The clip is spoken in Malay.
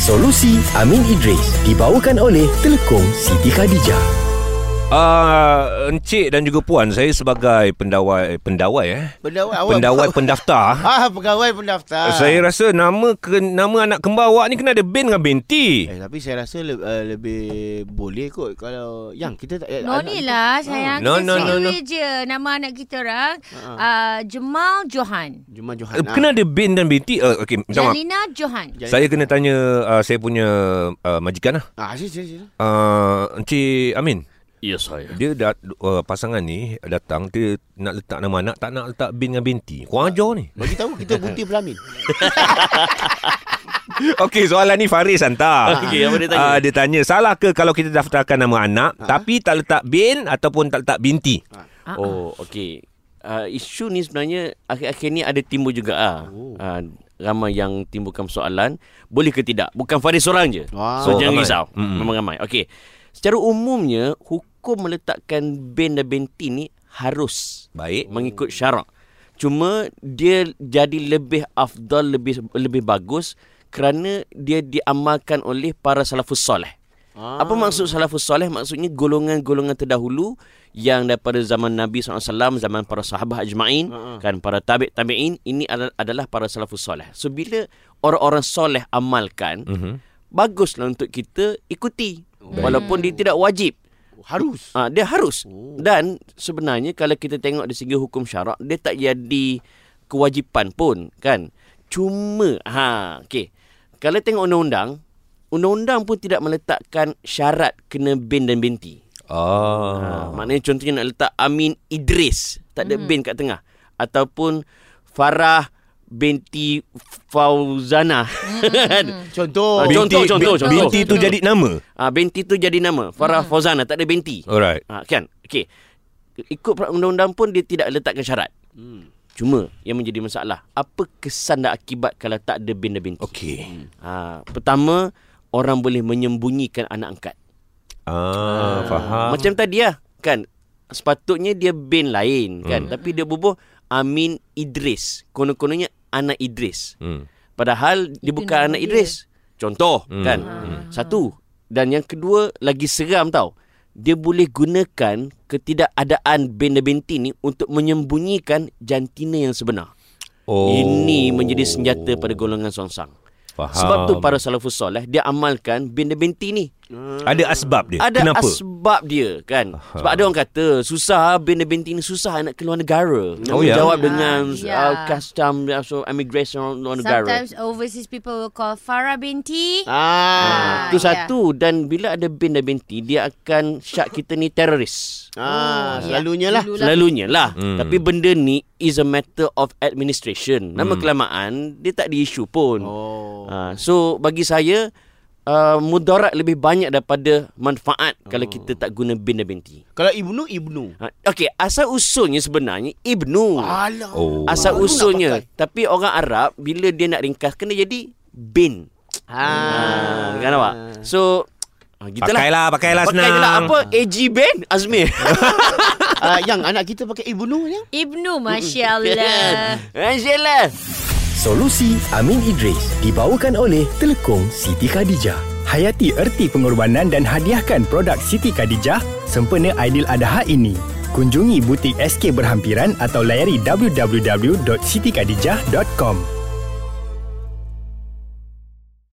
Solusi Amin Idris dibawakan oleh Telekom Siti Khadijah. Uh, Encik dan juga puan Saya sebagai pendawai Pendawai eh Pendawai awak Pendawai pendaftar Ah, pegawai pendaftar. Saya rasa nama ke, nama anak kembar awak ni Kena ada bin dengan binti Eh, tapi saya rasa le, uh, lebih boleh kot kalau yang kita Ah. tak eh, No ni lah sayang No, Kita no, no, straight no. away je Nama anak kita orang Ha. uh, Jamal Johan Jumat Johan. Eh, Kena ada bin dan binti uh, Okay minta maaf Jalina Johan Jalina. Saya kena tanya uh, Saya punya uh, majikan lah Ah, sini sini sini. uh, Encik Amin Ya saya. Dia dah uh, Pasangan ni datang Dia nak letak nama anak Tak nak letak bin dengan binti Kurang ajar ni Bagi tahu kita bunti pelamin. Okey soalan ni Faris hantar Okey, apa dia tanya? uh, Dia tanya Salah ke kalau kita daftarkan nama anak Tapi tak letak bin Ataupun tak letak binti Ah, Oh, okey. Uh, isu ni sebenarnya akhir-akhir ni ada timbul juga ah. Oh. Uh, ramai yang timbulkan persoalan boleh ke tidak? Bukan Faris seorang je. Wow. Oh, So jangan ramai. risau. Mm-mm. Memang ramai. Okey. Secara umumnya hukum meletakkan bin dan binti ni harus Baik mengikut syarak. Cuma dia jadi lebih afdal, lebih lebih bagus kerana dia diamalkan oleh para salafus soleh. Ah. Apa maksud salafus soleh? Maksudnya golongan-golongan terdahulu yang daripada zaman Nabi SAW, zaman para sahabat ajma'in, Ha, ha. kan para tabi' tabi'in, ini adalah, adalah para salafus soleh. So, bila orang-orang soleh amalkan, Mhm. baguslah untuk kita ikuti. Walaupun dia tidak wajib. Harus. Ah. Ha, dia harus. Oh. Dan sebenarnya kalau kita tengok dari segi hukum syarak, dia tak jadi kewajipan pun kan. Cuma, ha, okey. Kalau tengok undang-undang, undang-undang pun tidak meletakkan syarat kena bin dan binti. Ah. Ha, maknanya contohnya nak letak Amin Idris, tak ada bin kat tengah. Ataupun Farah binti Fauzana. hmm. Kan? Contoh. Contoh, contoh, bin- contoh. Binti tu jadi nama ha, binti tu jadi nama. Farah Fauzana, tak ada binti. Alright Ha, kan? Okey. Ikut peraturan undang-undang pun dia tidak letakkan syarat. Hmm. Cuma yang menjadi masalah, apa kesan dan akibat kalau tak ada bin dan binti? Okey Ha, pertama, orang boleh menyembunyikan anak angkat. Ah, faham Macam tadi lah, kan? Sepatutnya dia bin lain, Hmm. kan? Tapi dia bubuh Amin Idris. Konon-kononnya anak Idris. hmm. Padahal dia Itu bukan nama anak dia. Idris. Contoh Hmm. kan. Satu. Dan yang kedua lagi seram tau. Dia boleh gunakan ketidakadaan bin dan binti ni untuk menyembunyikan jantina yang sebenar. Oh. Ini menjadi senjata pada golongan songsang. Faham. Sebab tu para salafus soleh dia amalkan bin dan binti ni. Ada asbab dia Ada Eh, Kenapa? asbab dia kan. Sebab ada orang kata susah bin dan binti ni susah nak keluar negara. Nak Oh, ya? Ah, jawab dengan ya. uh, custom so immigration luar negara. Sometimes overseas people will call Farah binti Ah. Ah, Itu ya. satu dan bila ada bin dan binti dia akan syak kita ni teroris. Ah, Oh, selalunya ya. lah. Dulu Selalunya lah Hmm. Tapi benda ni Is a matter of administration Nama Hmm. kelamaan Dia tak diisu pun Oh. ha, So bagi saya uh, Mudarat lebih banyak daripada Manfaat Oh. Kalau kita tak guna bin dan binti Kalau Ibnu Ibnu. ha, Okay asal usulnya sebenarnya Ibnu Alah. Oh. Asal baru nak usulnya pakai. Tapi orang Arab Bila dia nak ringkas Kena jadi bin Ah. ha, Kan awak So ha, Gitulah Pakailah Pakailah senang Pakailah apa AG Ben Azmi Ah, yang anak kita pakai Ibnu yang. Ibnu Masya Allah Angela Solusi Amin Idris dibawakan oleh Telekom Siti Khadijah. Hayati erti pengorbanan dan hadiahkan produk Siti Khadijah sempena Aidil Adha ini. Kunjungi butik SK berhampiran atau layari www.sitikadijah.com.